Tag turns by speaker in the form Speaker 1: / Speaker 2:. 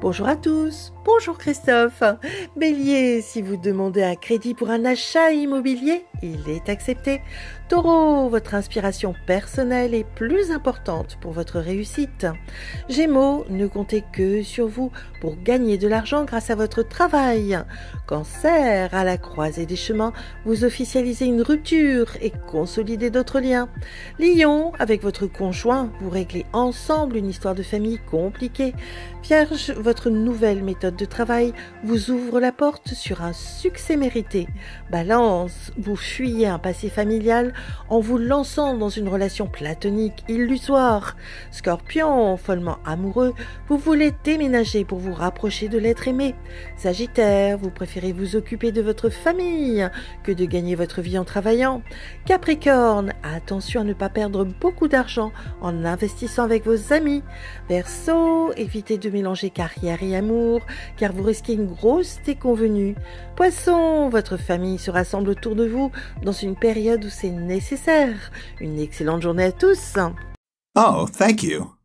Speaker 1: Bonjour à tous, bonjour Christophe. Bélier, si vous demandez un crédit pour un achat immobilier, il est accepté. Taureau, votre inspiration personnelle est plus importante pour votre réussite. Gémeaux, ne comptez que sur vous pour gagner de l'argent grâce à votre travail. Cancer, à la croisée des chemins, vous officialisez une rupture et consolidez d'autres liens. Lion, avec votre conjoint, vous réglez ensemble une histoire de famille compliquée. Vierge, votre nouvelle méthode de travail vous ouvre la porte sur un succès mérité. Balance, vous fuyez un passé familial en vous lançant dans une relation platonique illusoire. Scorpion, follement amoureux, vous voulez déménager pour vous rapprocher de l'être aimé. Sagittaire, vous préférez vous occuper de votre famille que de gagner votre vie en travaillant. Capricorne, attention à ne pas perdre beaucoup d'argent en investissant avec vos amis. Verseau, évitez de mélanger carrière et amour, car vous risquez une grosse déconvenue. Poisson, votre famille se rassemble autour de vous dans une période où c'est nécessaire. Une excellente journée à tous.
Speaker 2: Oh, thank you.